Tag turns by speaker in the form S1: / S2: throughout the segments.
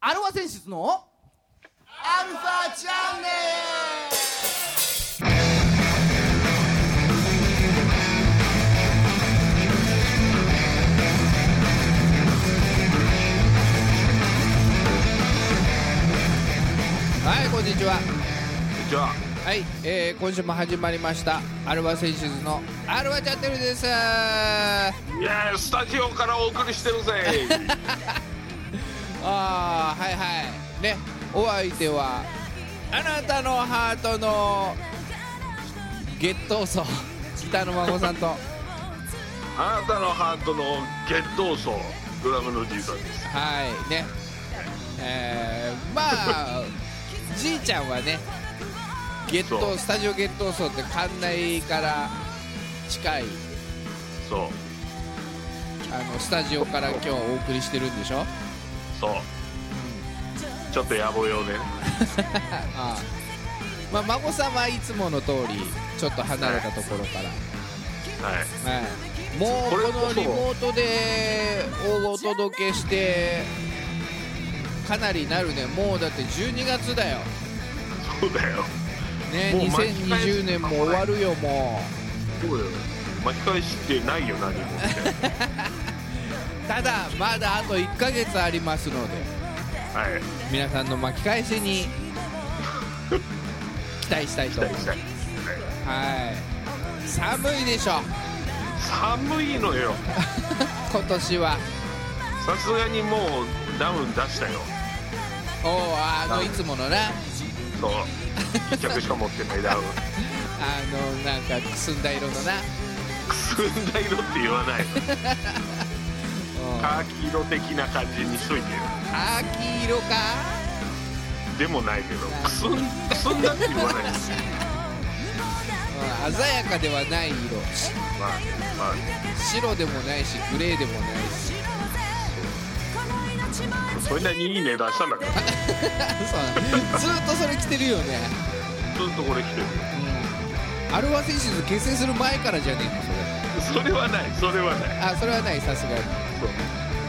S1: アルファ選出のアルファチャンネ
S2: はいこんにちは
S3: じゃあ
S2: はい、えー今週も始まりましたアルバ選手ズのアルバチャンネルです
S3: いやスタジオからお送りしてる ぜ
S2: ああはいはいねお相手はあなたのハートのゲットーソー北野孫さんとは
S3: あなたのハートの血統層ドラムのじいさんです
S2: いねえーまあじいちゃんはねゲッ
S3: そ
S2: ト
S3: う
S2: スタジオゲットーソーって館内から近い
S3: そう
S2: あのスタジオから今日お送りしてるんでしょ
S3: そうちょっと野暮用でね
S2: ああまあ、孫さんはいつもの通りちょっと離れたところから、
S3: はい
S2: はい、もう
S3: これ
S2: この
S3: こそ
S2: リモートでお届けしてかなりなるねもうだって12月だよ、
S3: そうだよ
S2: ね、
S3: もう巻き返す
S2: 2020年も終わるよも
S3: そうだよ巻き返してないよ何もみたいな
S2: うただまだあと1ヶ月ありますので
S3: はい
S2: 皆さんの巻き返しに期待したい
S3: 期
S2: と思い
S3: 待
S2: ま
S3: し
S2: す
S3: たい
S2: はい寒いでしょ
S3: 寒いのよ
S2: 今年は
S3: さすがにもうダウン出したよ
S2: おおあのいつものな
S3: そう1着しか持ってないダウン
S2: あのなんかくすんだ色のな、
S3: くすんだ色って言わないの
S2: カ
S3: カーキ色的な感じにしといてよ
S2: ーキ色か
S3: でもないけどくすんくすんだって言わないですよ
S2: うん鮮やかではない色
S3: まあまあ
S2: 白でもないしグレーでもないし
S3: それなりにいい値段したんだからず
S2: そうずっとそれ着てるよね、
S3: っとこれ来てる
S2: アルファ選手と結成する前からじゃねえのそれ
S3: それはないそれはない
S2: あそれはないさすがに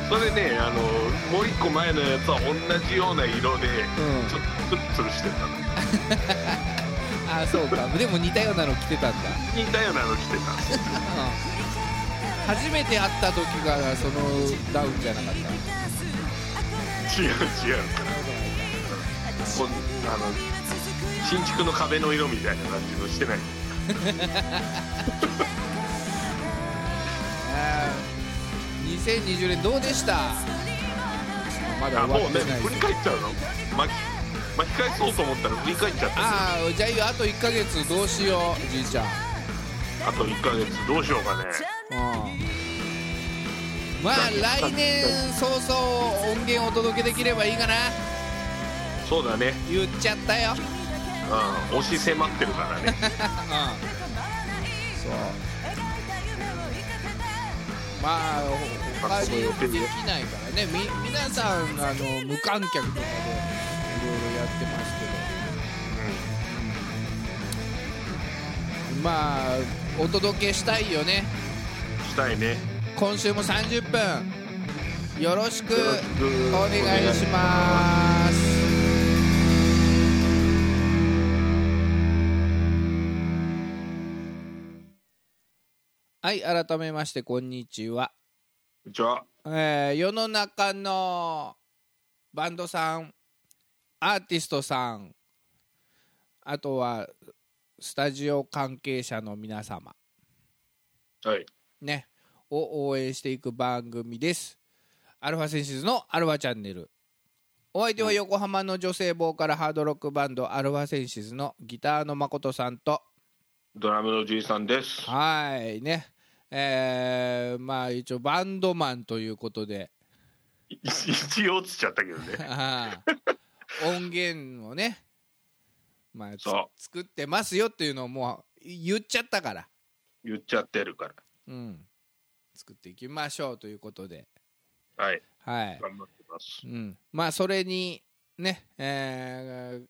S3: そうそれねあのもう一個前のやつは同じような色で、
S2: ん
S3: ちょっとツルツルしてたの
S2: あそうか でも似たようなの着てたんだ、
S3: 似たようなの着てたんですよ
S2: うん初めて会った時がそのダウンじゃなかった
S3: 違う違うこんあの新築の壁の色みたいな感じのしてない
S2: あー2020年どうでしたまだ
S3: あ
S2: 終
S3: もう
S2: わっ
S3: ね
S2: てない
S3: 振り返っちゃうの巻き巻き返そうと思ったら振り返っちゃった
S2: ああじゃあいいよあと1ヶ月どうしようじいちゃん、
S3: あと1ヶ月どうしようかね
S2: うん、まあ
S3: じゃあ
S2: 来年早々音源をお届けできればいいかな
S3: そうだね
S2: 言っちゃったよ、うん、
S3: うん押し迫ってるからね
S2: そうまあ他にできないからねみ皆さんあの無観客とかでいろいろやってますけどまあお届けしたいよね
S3: うんしたいね
S2: 今週も30分よろしく
S3: よろしく
S2: お願いしますはい改めましてこんにちは、
S3: じゃあ
S2: えー世の中のバンドさんアーティストさんあとはスタジオ関係者の皆様
S3: はい
S2: ね、を応援していく番組です。アルファセンシズのアルファチャンネル。お相手は横浜の女性ボーカルハードロックバンドアルファセンシズのギターの誠さんと、
S3: ドラムのじいさんです
S2: はいね、えーまあ一応バンドマンということで、
S3: い一応落ちちゃったけどね
S2: あー音源をね、まあつ
S3: そう
S2: 作ってますよっていうのをもう言っちゃったから、
S3: 言っちゃってるか
S2: うん、作っていきましょうということで、
S3: らはい
S2: はい。
S3: 頑張ってます
S2: うん、まあそれにね、えー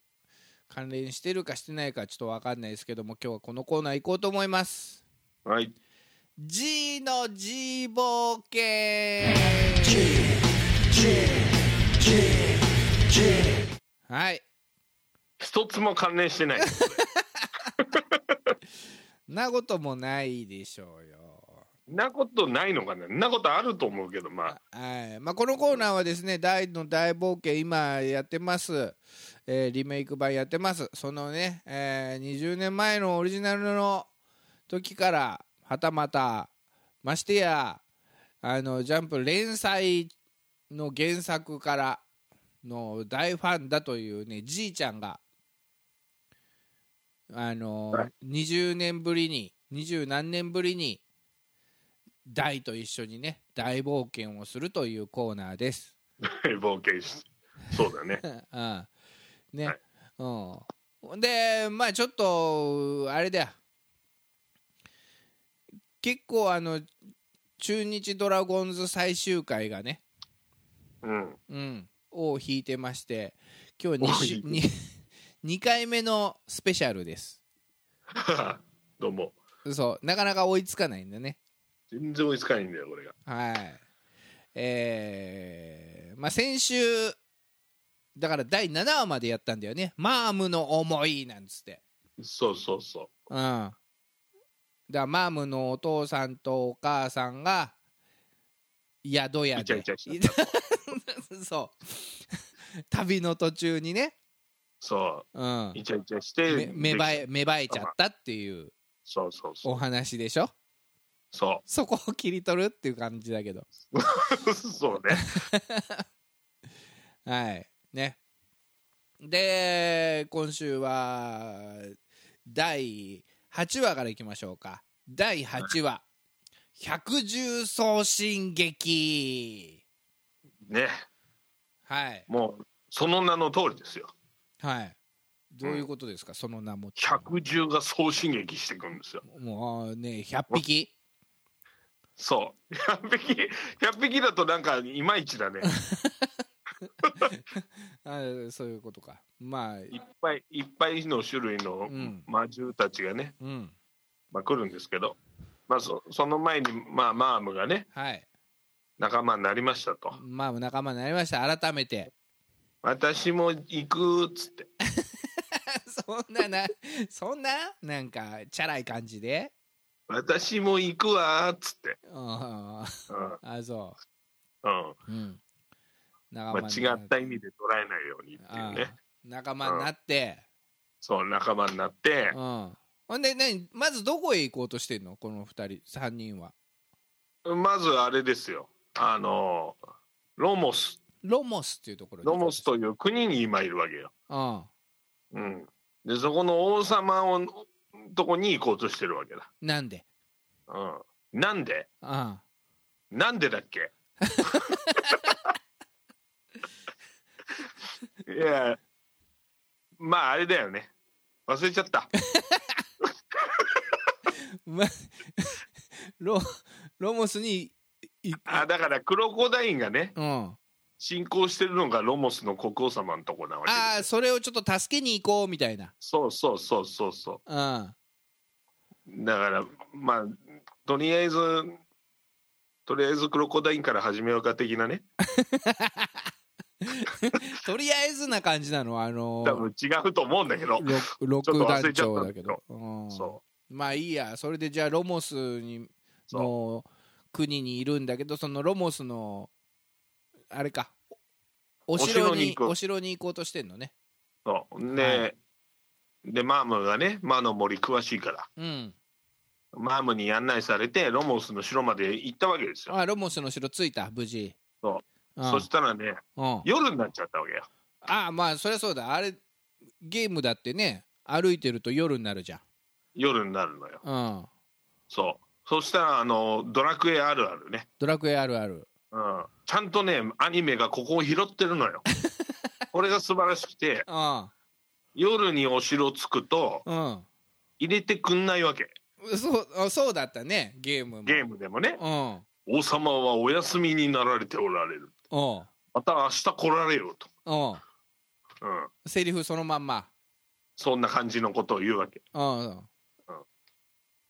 S2: 関連してるかしてないかちょっと分かんないですけども今日はこのコーナー行こうと思います
S3: はい
S2: G の G 冒険
S4: G G G
S2: はい
S3: 一つも関連してない
S2: なこともないでしょうよ
S3: なことないのかななことあると思うけどまあ
S2: はいまあ、このコーナーはですね「大の大冒険」今やってます、えーリメイク版やってますそのね、えー20年前のオリジナルの時からはたまたましてやあのジャンプ連載の原作からの大ファンだというねじいちゃんがあの、
S3: はい
S2: 20年ぶりに二十何年ぶりに大と一緒にね大冒険をするというコーナーです。
S3: 冒険しそうだね
S2: うんね、
S3: はい
S2: うん、でまあちょっとあれだよ結構あの中日ドラゴンズ最終回がね、
S3: うん
S2: うん、を引いてまして今日 2, 週
S3: お
S2: に2回目のスペシャルです
S3: どうも
S2: そうなかなか追いつかないんだね
S3: 全然追いつかないんだよこれが
S2: はいえーまあ先週だから第7話までやったんだよね「マームの思い」なんつって
S3: そうそうそ
S2: うん。だからマームのお父さんとお母さんが宿屋
S3: イチャ
S2: で
S3: イチャ し
S2: そう旅の途中にね、、
S3: うそううんイチャイチャし
S2: め
S3: て
S2: 芽生え芽生えちゃったっていう
S3: そうそうそ
S2: お
S3: う
S2: 話でしょ
S3: そ
S2: そこを切り取るっていう感じだけど
S3: う そうね
S2: はいねで今週は第8話からいきましょうか第8話百獣送信劇
S3: ね
S2: はい
S3: もうその名の通りですよ
S2: はいどういうことですか、その名も
S3: 百獣が総進撃してくるんですよ
S2: もうね100匹
S3: そう100匹100匹だとなんかいまいち だね
S2: あそういうことかまあ
S3: いっぱいいっぱいの種類の
S2: うん
S3: 魔獣たちがね、
S2: うん
S3: まあ、来るんですけどまあそその前にまあマームがね
S2: はい
S3: 仲間になりましたと
S2: まあ仲間になりました改めて
S3: 私も行くっつって
S2: そんななそんななんかチャラい感じで
S3: 私も行くわーっつって、
S2: うんあ
S3: うんうん
S2: そ
S3: ま
S2: ううん仲
S3: あ、
S2: に
S3: 違
S2: な
S3: った意味で捉えないようにっていうね
S2: あ仲間になって
S3: そう仲間になって
S2: うん、ほんで何まずどこへ行こうとしてんのこの2人3人は
S3: まずあれですよあのロモス
S2: ロモスっていうところに
S3: ロモスという国に今いるわけよ、
S2: うん
S3: うん、でそこの王様をとこに行こうとしてるわけだ、
S2: なんで
S3: うん、なんで
S2: うん
S3: なんでだっ けいやまああれだよね忘れちゃった
S2: ま、 ロロモスにい
S3: あだからクロコダインがね
S2: うん、あ
S3: 進行してるのがロモスの国王様のとこなわけで
S2: あそれをちょっと助けに行こうみたいな、
S3: そうそうそうそうそ
S2: うん、
S3: うだからまあとりあえずとりあえずクロコダインから始めようか的なね
S2: とりあえずな感じなのあの
S3: 多分違うと思うんだけど、
S2: ろ
S3: ちょっ
S2: 六
S3: と忘
S2: 団
S3: れちゃっ
S2: 長
S3: た
S2: だ
S3: んだ
S2: け
S3: けど
S2: ど、うん、
S3: そ
S2: まあいいやそれでじゃあロモスに
S3: そう
S2: の国にいるんだけどそのロモスのあれかおお城
S3: お城に
S2: に
S3: 行く
S2: お城に行こうとしてんのね
S3: うそうで、
S2: は
S3: でマームがね魔の森詳しいから
S2: うん
S3: マームに案内されてロモスの城まで行ったわけですよ
S2: あロモスの城着いた無事、
S3: そう
S2: ん
S3: そしたらね
S2: うん、
S3: 夜になっちゃったわけよ
S2: ああまあそりゃそうだあれゲームだってね歩いてると夜になるじゃん
S3: 夜になるのよ
S2: うん
S3: そうそしたらあのドラクエあるあるね
S2: ドラクエあるある
S3: うんちゃんとねアニメがここを拾ってるの よこれが素晴らしくて
S2: うん
S3: 夜にお城着くと
S2: うん
S3: 入れてくんないわけ
S2: そうあそうだったねゲームも
S3: ゲームでもね
S2: うんうん
S3: 王様はお休みになられておられるまた明日来られよと、
S2: うん
S3: うん、
S2: セリフそのまんま
S3: そんな感じのことを言うわけ、
S2: うんうん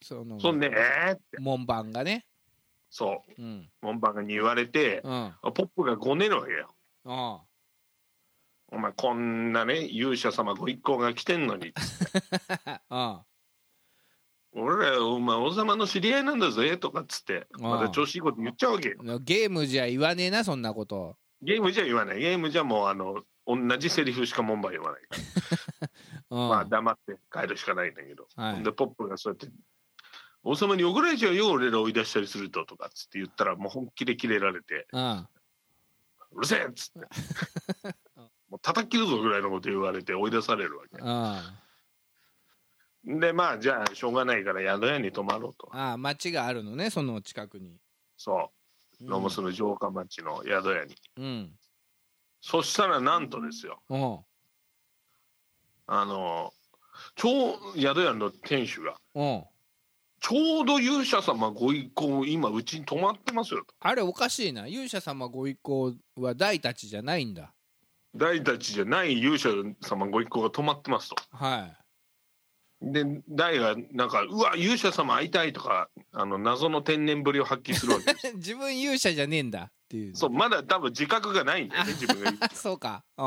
S2: その
S3: そんでえー、って
S2: 門番がね
S3: そ
S2: うん
S3: う門番に言われて
S2: うん
S3: ポップがごねるわけよ
S2: うん
S3: お前こんなね勇者様ご一行が来てんのに
S2: あ
S3: 俺らお前王様の知り合いなんだぜとかっつって
S2: ん
S3: また調子いいこと言っちゃうわけよ
S2: あ ゲームじゃ言わねえなそんなこと
S3: ゲームじゃ言わないゲームじゃもうあの同じセリフしか門番言わないから、
S2: うん、
S3: まあ黙って帰るしかないんだけど、
S2: はい
S3: でポップがそうやって「王様に怒られちゃうよ俺ら追い出したりすると」とかっつって言ったらもう本気でキレられて
S2: うん
S3: 「うるせえ!」っつって「もう叩き切るぞ」ぐらいのこと言われて追い出されるわけ
S2: うん、あ
S3: でまあじゃあしょうがないから宿屋に泊まろうと
S2: あ町があるのねその近くに
S3: そうロモスの城下町の宿屋に、
S2: うん
S3: そしたらなんとですよ
S2: うんうん
S3: あの超宿屋の店主が
S2: うん
S3: ちょうど勇者様ご一行今うちに泊まってますよと
S2: あれおかしいな勇者様ご一行は大たちじゃないんだ
S3: 大たちじゃない勇者様ご一行が泊まってますと
S2: は
S3: で大がなんか「うわ勇者様会いたい」とかあの謎の天然ぶりを発揮するわ けです
S2: い自分勇者じゃねえんだっていう
S3: そうまだ多分自覚がないんだよね自分が
S2: あ そうかう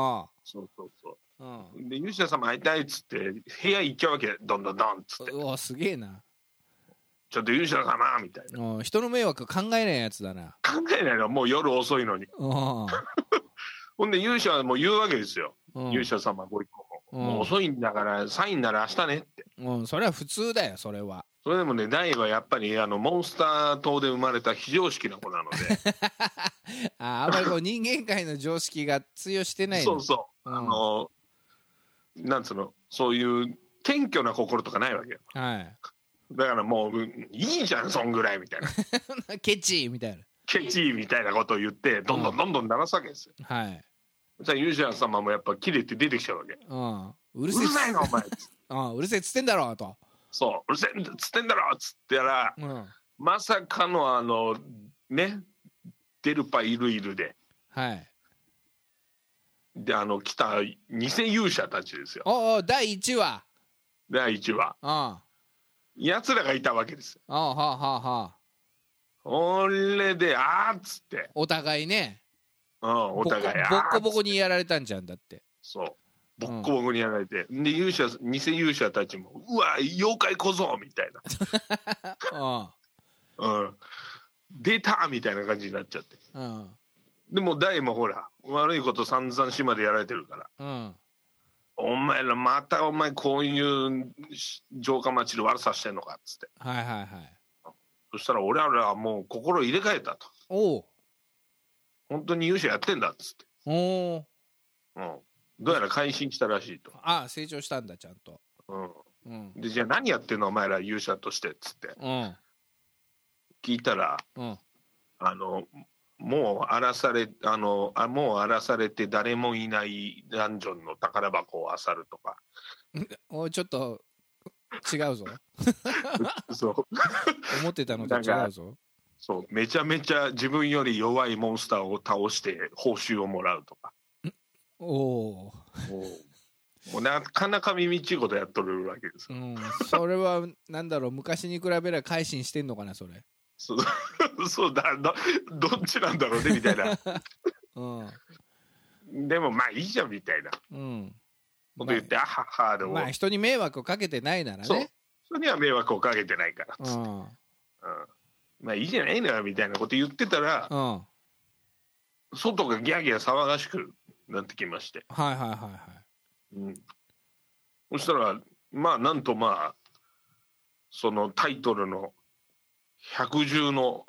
S3: そうそうそ
S2: んうん
S3: うで勇者様会いたいっつって部屋行っちゃうわけどんどんどんっつって
S2: うわすげえな
S3: 「ちょっと勇者様」みたいな
S2: うん人の迷惑考えないやつだな
S3: 考えないのもう夜遅いのに
S2: うん
S3: ほんで勇者はもう言うわけですよ、
S2: うん
S3: 勇者様ご一行も、
S2: うん
S3: もう遅いんだからサインなら明日ねって
S2: うんそれは普通だよそれは
S3: それでもね大はやっぱりあのモンスター島で生まれた非常識な子なので
S2: ああんまりこう人間界の常識が通用して ない
S3: そ
S2: の
S3: うそう、
S2: うん
S3: あのなんつうのそういう謙虚な心とかないわけよ
S2: は
S3: だからもううんいいじゃんそんぐらい みたいな
S2: いケチみたいな
S3: ケチみたいなことを言ってどんどんどんどん鳴らすわけですよ、
S2: はい
S3: じゃあ勇者様もやっぱ切れて出てきちゃうわけ
S2: うんう
S3: う
S2: る
S3: る
S2: せえっつ
S3: さいなお前
S2: うんうるせえっつってんだろと
S3: そううるせえっつってんだろっつってやら
S2: うん
S3: まさかのあのねデルパイルイルで
S2: はい
S3: であの来た偽勇者たちですよ
S2: おうおう第1話
S3: 第1話
S2: うんあ
S3: 奴らがいたわけですよ
S2: あはあはあはあ
S3: ほれであーっつって、
S2: お互いね
S3: うん、お互い
S2: ボッコ
S3: あ
S2: ボ
S3: ー
S2: ッコボコにやられたんじゃんだって
S3: そうボッコボコにやられて、で勇者偽勇者たちもうわ妖怪小僧みたい
S2: うん
S3: な、うん、出たみたいな感じになっちゃって
S2: うん
S3: でも大もほら悪いこと散々島でやられてるから
S2: うん
S3: お前らまたお前こういう城下町で悪さしてんのかっつって
S2: はいはいはい
S3: そしたら俺らはもう心入れ替えたと
S2: おう
S3: 本当に勇者やってんだっつって、
S2: おお
S3: うん、どうやら改心したらしいと、
S2: ああ成長したんだちゃんと
S3: うん、
S2: うん
S3: でじゃあ何やってんのお前ら勇者としてっつって
S2: うん
S3: 聞いたら
S2: うん
S3: あのもう荒らされあのあもう荒らされて誰もいないダンジョンの宝箱を漁る とか
S2: おいちょっと違うぞ
S3: そう
S2: 思ってたのと違うぞ
S3: そうめちゃめちゃ自分より弱いモンスターを倒して報酬をもらうとか
S2: おお
S3: もうもうなかなか耳ちいことやっとるわけです
S2: う
S3: よ
S2: んそれはなんだろう昔に比べれば改心してんのかなそれ
S3: そうそう だだどっちなんだろうねみた いな
S2: うん
S3: でもまあいいじゃんみたいなこ
S2: うん
S3: と言って、あははでも、
S2: まあ人に迷惑をかけてないなら
S3: そう
S2: ね
S3: それには迷惑をかけてないからっつって
S2: うん
S3: うんまあいいじゃないのよみたいなこと言ってたら、
S2: うんはい
S3: 外がギャーギャー騒がしくなってきまして、
S2: はいはいはい
S3: うんそしたらまあなんとまあそのタイトルの百獣の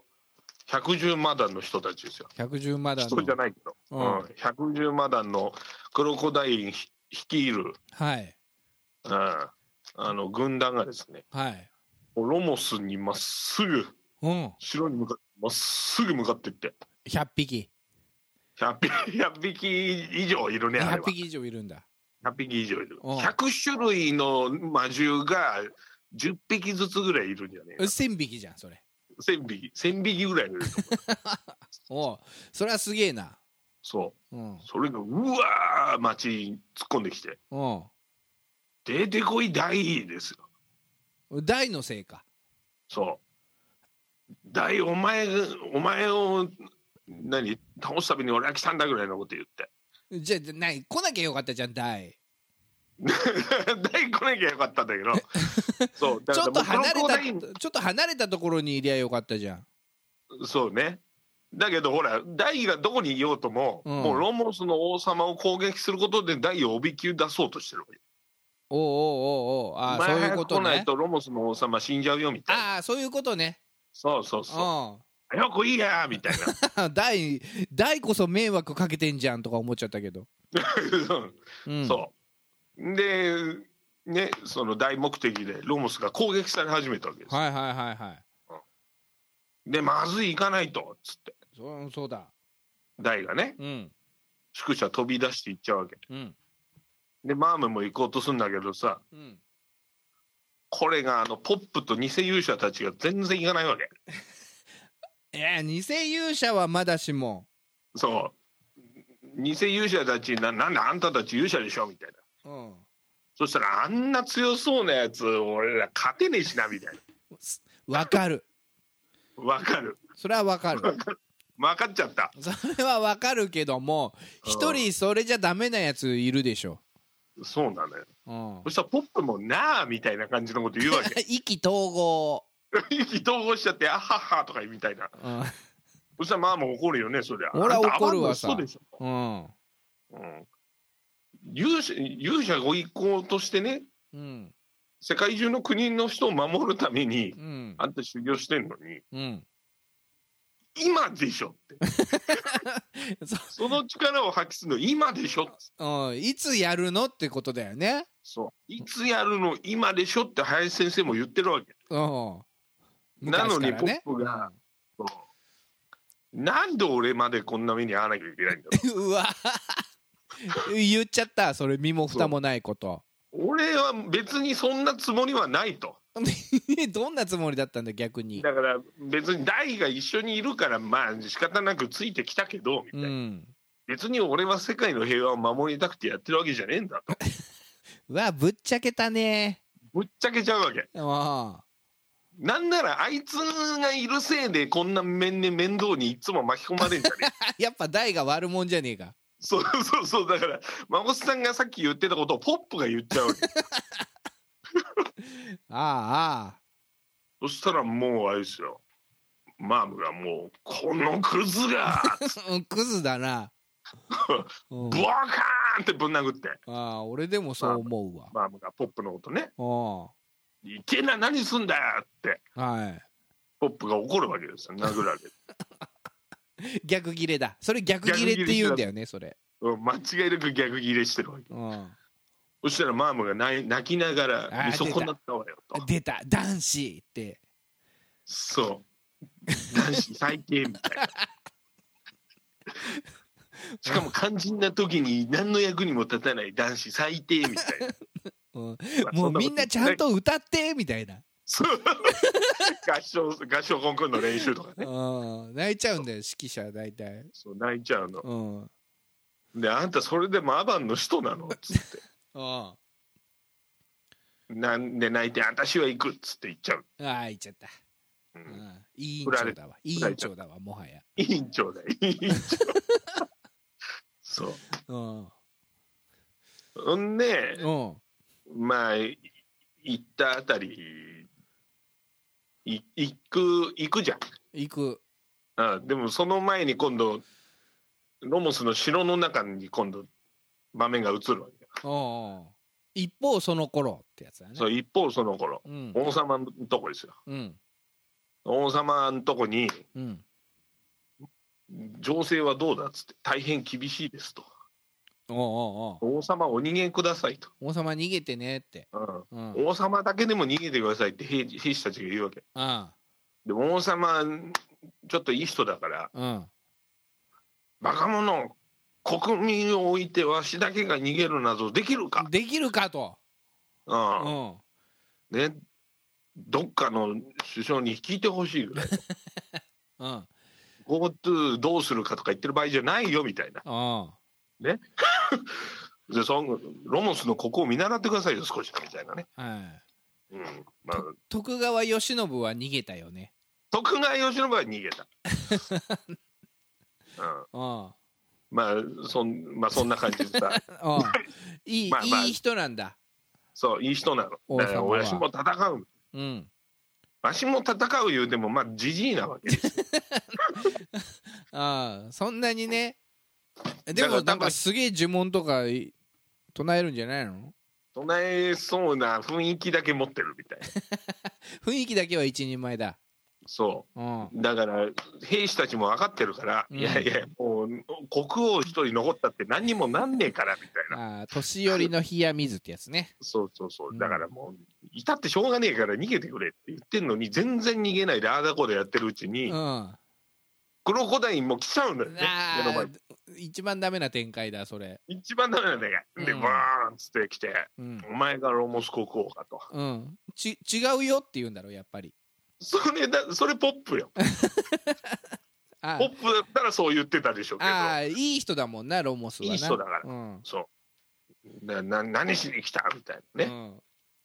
S3: 百獣マダンの人たちですよ
S2: 110まだの
S3: 人じゃないけど、
S2: う
S3: うんん百獣マダンのクロコダインひ率いる、
S2: はい
S3: うん、あの軍団がですね
S2: はい
S3: ロモスにまっすぐ
S2: うん
S3: 城に向かまっすぐ向かっていって
S2: 100匹
S3: 100匹 ,100 匹以上いるねあ
S2: 100
S3: れは
S2: 匹以上いるんだ
S3: 100匹以上いる
S2: うん
S3: 100種類の魔獣が10匹ずつぐらいいるんじゃねえ
S2: 1000匹じゃんそれ
S3: 1000匹1000匹ぐらいいる と思う
S2: おうそれはすげえな
S3: そ
S2: うん
S3: うそれがうわー町に突っ込んできて
S2: うん
S3: 「出てこい大」ですよ
S2: 大のせいか
S3: そう大お前がお前を何倒すために俺は来たんだぐらいのこと言って
S2: じゃあない来なきゃよかったじゃん大
S3: 大来なきゃよかったんだけ どそうだ
S2: ち
S3: か
S2: ょ
S3: ら
S2: っと離れ
S3: 僕の
S2: た
S3: 後輩
S2: ちょっと離れたところにいりゃよかったじゃん
S3: そうねだけどほら大がどこにいようとも、
S2: うん
S3: もうロモスの王様を攻撃することで大をおびき出そうとしてるわけ
S2: おうおうおうおうああそう
S3: 前
S2: いう
S3: 早
S2: こ
S3: く
S2: と
S3: 来な
S2: ね
S3: いとロモスの王様死んじゃうよみたいな
S2: ああそういうことね
S3: そうそうそう
S2: う
S3: 早くいいやみ たいな
S2: ん大大こそ迷惑かけてんじゃんとか思っちゃったけど、
S3: うん
S2: うん、
S3: そうでねその大目的でロモスが攻撃され始めたわけです、
S2: はいはいはいはい
S3: でまずい行かないとつって
S2: そうそうだ
S3: 大がね
S2: うん
S3: 宿舎飛び出して行っちゃうわけ
S2: うん
S3: でマームも行こうとするんだけどさ
S2: うん
S3: これがあのポップと偽勇者たちが全然行かないわけ
S2: いや偽勇者はまだしも
S3: そう偽勇者たちななんであんたたち勇者でしょみたいな
S2: うん
S3: そしたらあんな強そうなやつ俺ら勝てねえしなみたい
S2: わかる
S3: なわかる
S2: それはわかる
S3: 分かっちゃった
S2: それはわかるけども
S3: うん
S2: 一人それじゃダメなやついるでしょ、
S3: そうなのよ
S2: うん
S3: そ、したらポップもなあみたいな感じのこと言うわけ
S2: 意気投合、
S3: 意気投合しちゃってあははとかみたいな
S2: うん
S3: そしたらまあもう怒るよねそりゃ
S2: 俺は怒るわさ
S3: あんたアバンの人でしょ
S2: うん
S3: うん勇者勇者ご一行としてね
S2: うん
S3: 世界中の国の人を守るために
S2: うん
S3: あんた修行してんのに
S2: うん
S3: 今でしょって
S2: そ
S3: その力を発揮するの今でしょっつって
S2: うんいつやるのってことだよね
S3: そういつやるの今でしょって林先生も言ってるわけ
S2: うん
S3: なの
S2: 昔
S3: に
S2: からね
S3: ポップがそうなんで俺までこんな目に遭わなきゃいけないん だろ
S2: うんうわ言っちゃったそれ身も蓋もないこと
S3: う俺は別にそんなつもりはないと
S2: どんなつもりだったんだ逆に
S3: だから別に大が一緒にいるからまあ仕方なくついてきたけどみた
S2: う
S3: いな、
S2: ん
S3: 別に俺は世界の平和を守りたくてやってるわけじゃねえんだと
S2: うわぶっちゃけたね
S3: ぶっちゃけちゃうわけ
S2: うん
S3: なんならあいつがいるせいでこんな面で面倒にいつも巻き込まれんじゃね え
S2: やっぱ大が悪もんじゃねえか
S3: そうそうそうだから孫さんがさっき言ってたことをポップが言っち ゃうわけ
S2: ああああ
S3: そしたらもうあれですよマームがもう「このクズが!
S2: うん クズだな、う」ん
S3: ボカーンってぶん殴って
S2: ああ俺でもそう思うわ、
S3: マームがポップのことね
S2: うん
S3: 「いけな何すんだよ!」って
S2: は
S3: ポップが怒るわけですよ殴るわけ
S2: い逆切れだそれ逆切れって言うんだよねそれ
S3: うん間違いなく逆ギレしてるわけ
S2: うん
S3: そしたらマームが泣い泣きながら「
S2: あー
S3: 見損なったわよ」と
S2: 出た男子って
S3: そう。男子最低みたいな。しかも肝心な時に何の役にも立たない男子最低みたいな。
S2: うん
S3: まあ
S2: も
S3: そ
S2: うん
S3: なこと
S2: みんなちゃんと歌ってみたいな、
S3: そう。 合唱合唱コンクールの練習とかね。
S2: うん、泣いちゃうんだよ指揮者大体、
S3: そう泣いちゃうの。
S2: うんうん、
S3: であんたそれでもアバンの人なのっつって。
S2: あ
S3: なんで泣いて私は行くっつって行っちゃう。
S2: あ言っちゃった、う
S3: う、
S2: んん、委員
S3: 振ら
S2: 長
S3: れ
S2: だわ委員長だわもはや、
S3: 委員長だよ委員長。 そう。
S2: うん
S3: ほんで、
S2: うん、
S3: まあい行ったあたりい行く行くじゃん
S2: 行く
S3: あでもその前に今度ロモスの城の中に今度場面が映るわけよ、
S2: うんうん一方その頃ってやつだね
S3: そう一方その頃
S2: うん
S3: 王様のとこですよ
S2: うん
S3: 王様のとこに
S2: うん
S3: 情勢はどうだっつって大変厳しいですと
S2: おうおう
S3: 王様お逃げくださいと、
S2: おう王様逃げてねって
S3: う
S2: うん
S3: ん
S2: うん
S3: 王様だけでも逃げてくださいって兵士兵士たちが言うわけ
S2: う
S3: で王様ちょっといい人だから
S2: ん
S3: バカ者国民を置いてわしだけが逃げるなどできるか、
S2: できるかとう
S3: うんね、どっかの首相に聞いてほしいぐらい
S2: うん
S3: GoTo どうするかとか言ってる場合じゃないよみたいな
S2: うん
S3: でそのロモスのここを見習ってくださいよ少しみたいなね、
S2: はい
S3: うんまあ、
S2: 徳川慶喜は逃げたよね
S3: 徳川慶喜は逃げた、
S2: うん
S3: まあそんまあそんな感じでさ
S2: うんいい、
S3: まあまあ
S2: いい人なんだ
S3: そういい人なの
S2: 王様は
S3: だから親父も戦う
S2: うん
S3: わしも戦う言うてもまあじじいなわけです
S2: ああそんなにねでも
S3: だから
S2: なんかすげえ呪文とかい唱えるんじゃないの
S3: 唱えそうな雰囲気だけ持ってるみたいな
S2: 雰囲気だけは一人前だ
S3: そ
S2: うん
S3: うだから兵士たちも分かってるから、
S2: うん
S3: いやいやもう国王一人残ったって何にもなんねえからみたいな
S2: ああ年寄りの冷や水ってやつね
S3: そうそうそううんだからもういたってしょうがねえから逃げてくれって言ってんのに全然逃げないでああだこうでやってるうち
S2: う
S3: に、
S2: んあ
S3: クロコダインも来ちゃうんだよね目の
S2: あ
S3: 前に
S2: 一番ダメな展開だそれ
S3: 一番ダメなんだよで
S2: うん
S3: バーンっつって来て
S2: うん
S3: 「お前がロモス国王か」と
S2: うんち違うよって言うんだろやっぱり
S3: それだそれポップよ
S2: あ
S3: ポップだったらそう言ってたでしょうけど
S2: ああいい人だもんなロモスはない
S3: い人だから
S2: うん
S3: そうなな何しに来たみたいなね、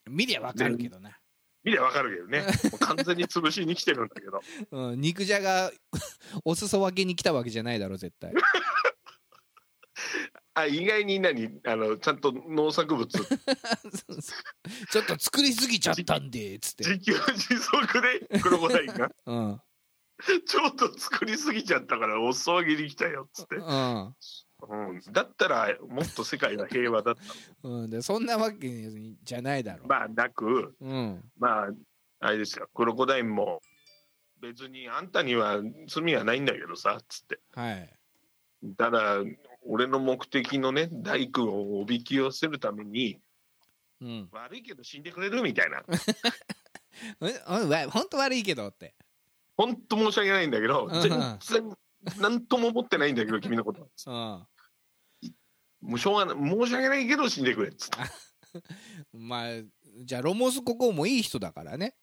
S2: うん、見りゃわかるけどな、
S3: 見りゃわかるけどねもう完全に潰しに来てるんだけ ど
S2: うん、肉じゃが お裾分けに来たわけじゃないだろ絶 対
S3: あ意外に何あのちゃんと農作物
S2: そうそうちょっと作りすぎちゃったんでつって、
S3: 自給自足でクロコダインが
S2: うん
S3: ちょっと作りすぎちゃったからお裾分けに来たよっつって、
S2: うん
S3: うん、だったらもっと世界は平和だ った
S2: うん、でそんなわけにじゃないだろ、
S3: まあなく
S2: うん、
S3: まああれですよクロコダインも別にあんたには罪はないんだけどさっつって
S2: はい
S3: ただ俺の目的のね大工をおびき寄せるために
S2: うん、
S3: 悪いけど死んでくれるみたいな
S2: えうんわほんと悪いけどって
S3: 本当申し訳ないんだけど
S2: うん
S3: 全然何とも思ってないんだけど君のこと
S2: うん
S3: もうしょうがない申し訳ないけど死んでくれっつって
S2: まあじゃあロモス国王もいい人だからね、、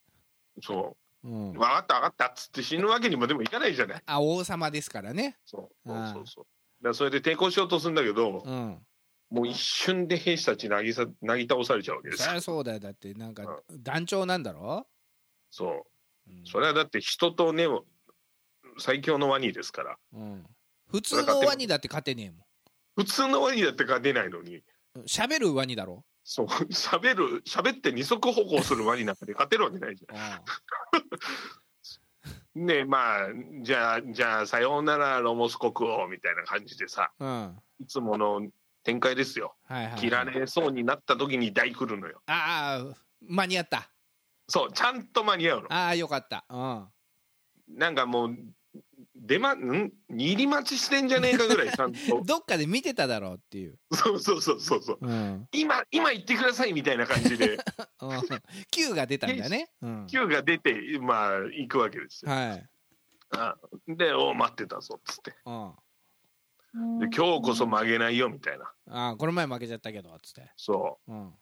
S3: そううん分かった分かったっつって死ぬわけにもでもいかないじゃない
S2: あ王様ですからね
S3: そうそう
S2: ああ
S3: そうそうだからそれで抵抗しようとするんだけど
S2: うん
S3: もう一瞬で兵士たちなぎさなぎ倒されちゃうわけです
S2: そりゃそうだよだってなんか団長なんだろ、
S3: そう
S2: うん
S3: それはだって人とね最強のワニですから
S2: うん、普通のワニだって勝てねえもん
S3: 普通のワニだって勝てないのに
S2: 喋るワニだろ
S3: そう、喋る、喋って二足歩行するワニなんかで勝てるわけないじゃん。ねえ、まあ、じゃあ、じゃあ、さようなら、ロモス国王みたいな感じでさ、
S2: うんはい
S3: つもの展開ですよ。
S2: いはい
S3: 切られそうになった時に大来るのよ。
S2: ああ間に合った
S3: そう、ちゃんと間に合うの。
S2: ああよかったうん
S3: なんかもう、出ま、ん入り待ちしてんじゃねえかぐらい、ち ゃんと。
S2: どっかで見てただろうっていう、
S3: そうそうそうそうそう。
S2: うん、
S3: 今、今行ってくださいみたいな感 じで、
S2: Q が出たんだ ね、うん、
S3: Q が出て、まあ、行くわけですよ。
S2: はい、
S3: あで、お待ってたぞ、つって。
S2: うん、あ
S3: で今日こそ曲げないよみたいな
S2: あこの前負けちゃったけどつって、
S3: そう
S2: うん、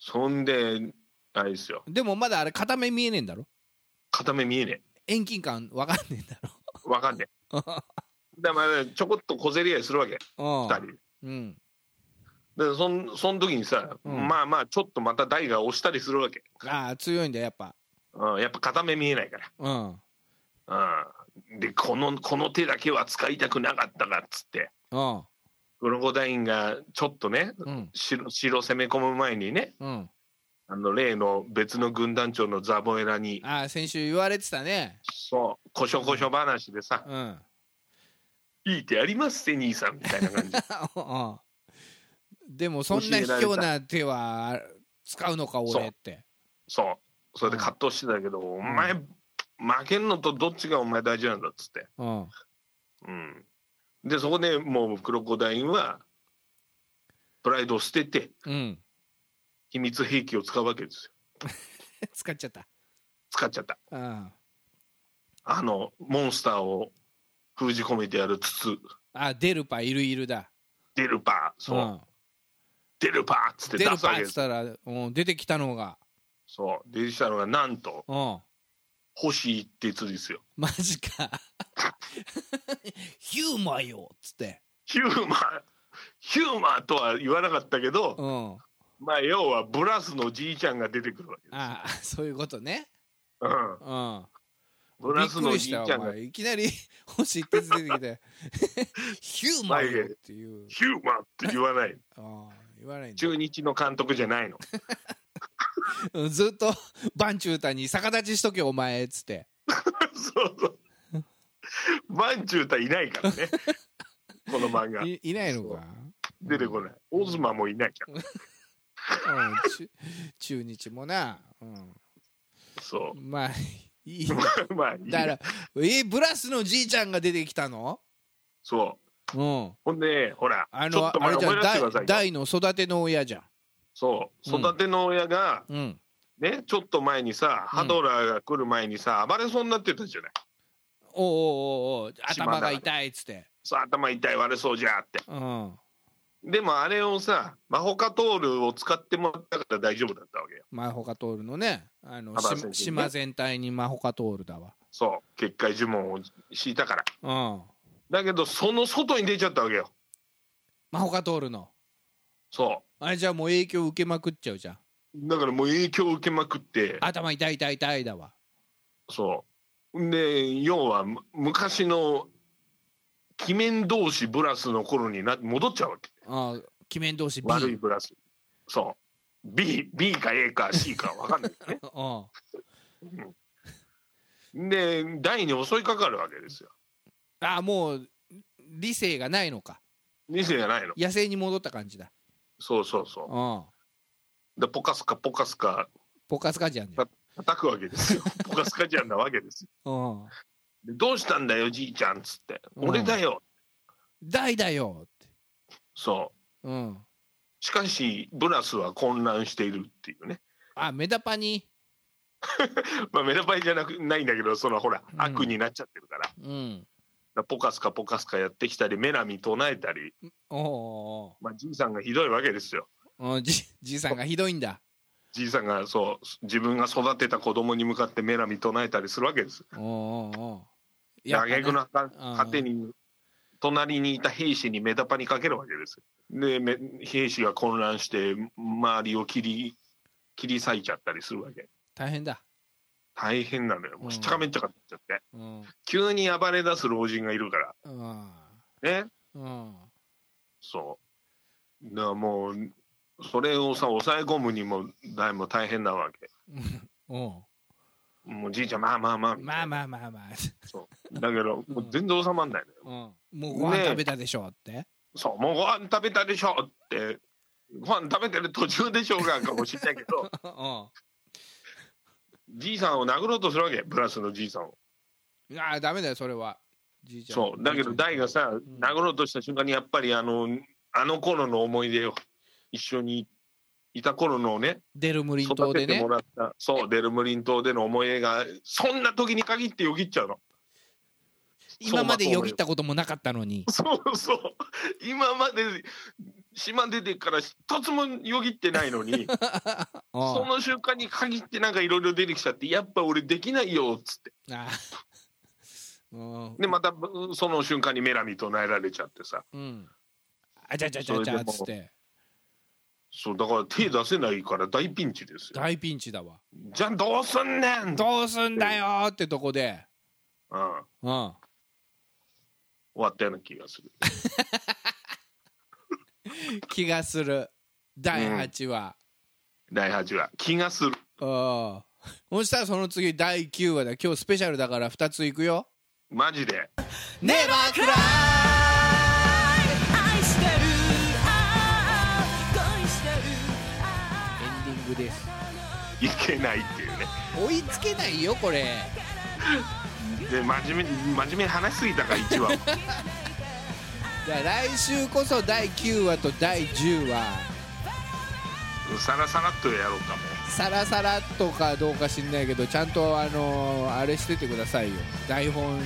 S3: そんであれですよ
S2: でもまだあれ片目見えねえんだろ
S3: 片目見えね
S2: 遠近感わかんねえんだ
S3: えわかんね えだからちょこっと小競り合いするわけ
S2: ろう
S3: 二
S2: ん
S3: 人
S2: うん
S3: でそんその時にさ、
S2: うん
S3: まあまあちょっとまた台が押したりするわけ、
S2: ああ強いんだよやっぱ
S3: うん、やっぱ片目見えないか
S2: うん
S3: ら、うん、でこのこの手だけは使いたくなかったなっつって
S2: うん
S3: グロゴダインがちょっとね
S2: うん
S3: 城城攻め込む前にね
S2: うん
S3: あの例の別の軍団長のザボエラに
S2: ああ先週言われてたね
S3: そうこしょこしょ話でさ
S2: うん
S3: 「いい手ありますって兄さん」みたいな感じ
S2: うんでもそんな卑怯な手は使うのか俺って
S3: そう。それで葛藤してたけど、お前、負けんのとどっちがお前大事なんだっつって。
S2: うん
S3: うん。で、そこでもうクロコダインは、プライドを捨てて、
S2: うん
S3: 秘密兵器を使うわけですよ。
S2: 使っちゃった
S3: 使っちゃった。
S2: うん
S3: あの、モンスターを封じ込めてやる筒、
S2: あデルパいるいるだ
S3: デルパー、そう、デルパーっつっ
S2: う
S3: て
S2: ん、デ
S3: 出
S2: ル
S3: す
S2: パ
S3: わけ
S2: っ
S3: で
S2: つっ
S3: す。
S2: たら、うん、出てきたのが
S3: そう。出てきたのが、なんと、
S2: うん
S3: 星一徹ですよ。
S2: マジか ヒューマよっつって
S3: ヒューマー、ヒューマーとは言わなかったけど、
S2: うん
S3: まあ、要はブラスのじいちゃんが出てくるわけですよ。
S2: ああそういうことね
S3: うん
S2: うん
S3: ブラスのおじいちゃん
S2: びっくりしたお
S3: が
S2: 前いきなり 星一徹出てきて ヒューマンよっていう
S3: ヒューマンって言わない。
S2: ああ言わないんだ
S3: 中日の監督じゃないの。
S2: うんずっと バンチュータに逆立ちしとけお前っつって
S3: そうそう。バンチュータいないからね。この漫画。
S2: いいないのか
S3: 出てこない。オズマもいないか
S2: う
S3: ら。
S2: んち中日もな、う
S3: そ。
S2: ん、まあいいう
S3: まあいい
S2: だか
S3: や。
S2: らえブラスのじいちゃんが出てきたの
S3: そう。
S2: うん
S3: ほんで、ほら、
S2: あ
S3: ちょっと
S2: のあ
S3: 前
S2: れじ
S3: 思
S2: ゃ
S3: い
S2: ん
S3: 出してくださ
S2: 大大
S3: いよ。
S2: の育ての親じゃん
S3: そう。
S2: うん
S3: 育ての親が、
S2: うん
S3: ね、ちょっと前にさ、ハドラーが来る前にさ、暴れそうになってたじゃない。
S2: おうおうおうおう頭が痛いっつって
S3: そう、頭痛い、割れそうじゃって。
S2: うん
S3: でもあれをさ、マホカトールを使ってもらったから大丈夫だったわけよ。
S2: マホカトールのねあの
S3: 幅
S2: し
S3: 先生ね
S2: 島全体にマホカトールだわ
S3: そう、結界呪文を敷いたから。
S2: うん
S3: だけど、その外に出ちゃったわけよ。
S2: マホカトールの
S3: そ
S2: あれじゃあもう影響受けまくっちゃうじゃん
S3: う。だからもう影響を受けまくって、
S2: 頭痛い痛い痛いだわ
S3: そう。んで、要は、む昔の、鬼面同士ブラスの頃にな戻っちゃうわけ。
S2: ああ鬼面同士 B
S3: 悪いブラス。そう。B、B か A か C か分かんないけどね。
S2: うん
S3: で台に襲いかかるわけですよ
S2: ああもう理性がないのか
S3: 2世じゃないの
S2: 野生に戻った感じだ
S3: そうそう
S2: う
S3: そ
S2: ん
S3: うでポカスカポカスカ
S2: ポカスカじゃんじゃん
S3: 叩くわけですよポカスカちゃんなわけです
S2: うん
S3: よでどうしたんだよじいちゃんっつって
S2: うん
S3: 俺だよ、
S2: 大だよって
S3: そう
S2: うん
S3: しかしブラスは混乱しているっていうね
S2: あメダパに
S3: まあ目玉じゃなくないんだけどそのほら、
S2: うん
S3: 悪になっちゃってるからだか
S2: うん
S3: らポカスカポカスカやってきたりメラミ唱えたり、
S2: おうお
S3: まあ、じいさんがひどいわけですよ
S2: うおううんじじいさんがひどいんだ
S3: じいさんがそう自分が育てた子供に向かってメラミ唱えたりするわけです
S2: おうおうおうやっぱな
S3: 嘆くの
S2: うん
S3: 果てに隣にいた兵士に目玉にかけるわけですよでめ兵士が混乱して周りを切り切り裂いちゃったりするわけ
S2: 大変だ
S3: 大変なのよもうしっちゃかめっちゃかになっちゃって、
S2: うん
S3: 急に暴れ出す老人がいるか
S2: うん
S3: らね
S2: うん
S3: そうだからもうそれをさ抑え込むにもだいぶ大変なわけ
S2: おう
S3: もうじいちゃんまあまあまあ
S2: まあまあまあまあ
S3: そうだけどもう全然収まんないのよ
S2: うん、もうご飯食べたでしょって、
S3: そう、もうご飯食べたでしょって、ご飯食べてる途中でしょうがかもしれないけ ど、
S2: う
S3: じいさんを殴ろうとするわけ、ブラスのじいさんを。
S2: ん、ああダメだよそれはじいちゃん
S3: そう、だけど、大がさ
S2: ん、
S3: 殴ろうとした瞬間に、やっぱりあの、あの頃の思い出を、一緒にいた頃のね、
S2: デルムリン島
S3: 育
S2: で
S3: てて
S2: ね
S3: もらった、そう、デルムリン島での思い出が、そんな時に限ってよぎっちゃうの。
S2: 今までよぎったこともなかったのに
S3: そうそう、今まで島出てから一つもよぎってないの に。
S2: うん
S3: その瞬間に限ってなんかいろいろ出てきちゃって、やっぱ俺できないよっつって。
S2: あうん
S3: で、またぶその瞬間にメラミ唱えられちゃってさ。
S2: うんあちゃちゃちゃちゃっつっ
S3: それ
S2: て
S3: そう、だから手出せないから大ピンチですよ。
S2: 大ピンチだわ
S3: じゃあどうすんねんと、
S2: どうすんだよーってとこで
S3: うん、終
S2: うん
S3: わったような気がする。
S2: 気がする第8話
S3: 第8話。気がする。
S2: うんそしたらその次第9話だ今日スペシャルだから2ついくよ
S3: マジで。
S2: ネバークラ
S4: 愛してるああ恋してるあ
S2: イエンディングです
S3: いけないっていうね。
S2: 追いつけないよこれ
S3: で、真面目に、真面目に話しすぎたから1話。
S2: じゃあ来週こそ第9話と第10話
S3: さらさらっとやろうかも。
S2: サラサラとかどうか知んないけどちゃんとあのーあれしててくださいよ台本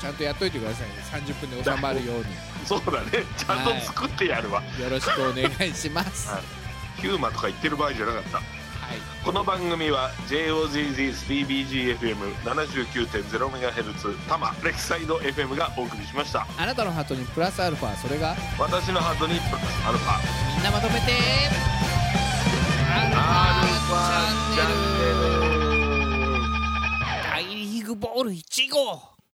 S2: ちゃんとやっといてくださいね30分で収まるように
S3: そうだね。ちゃんと作ってやるわ。
S2: よろしくお願いします
S3: は
S2: はい
S3: ヒューマとか言ってる場合じゃなかった。この番組は JOZZCBGFM79.0MHz 多摩レキサイド FM がお送りしました
S2: いあなたのハートにプラスアルファそれが
S3: 私のハートにプラスアルファ
S2: みんなまとめてアルファチャンネル
S3: アルファチャンネル
S2: 大リーグボール1号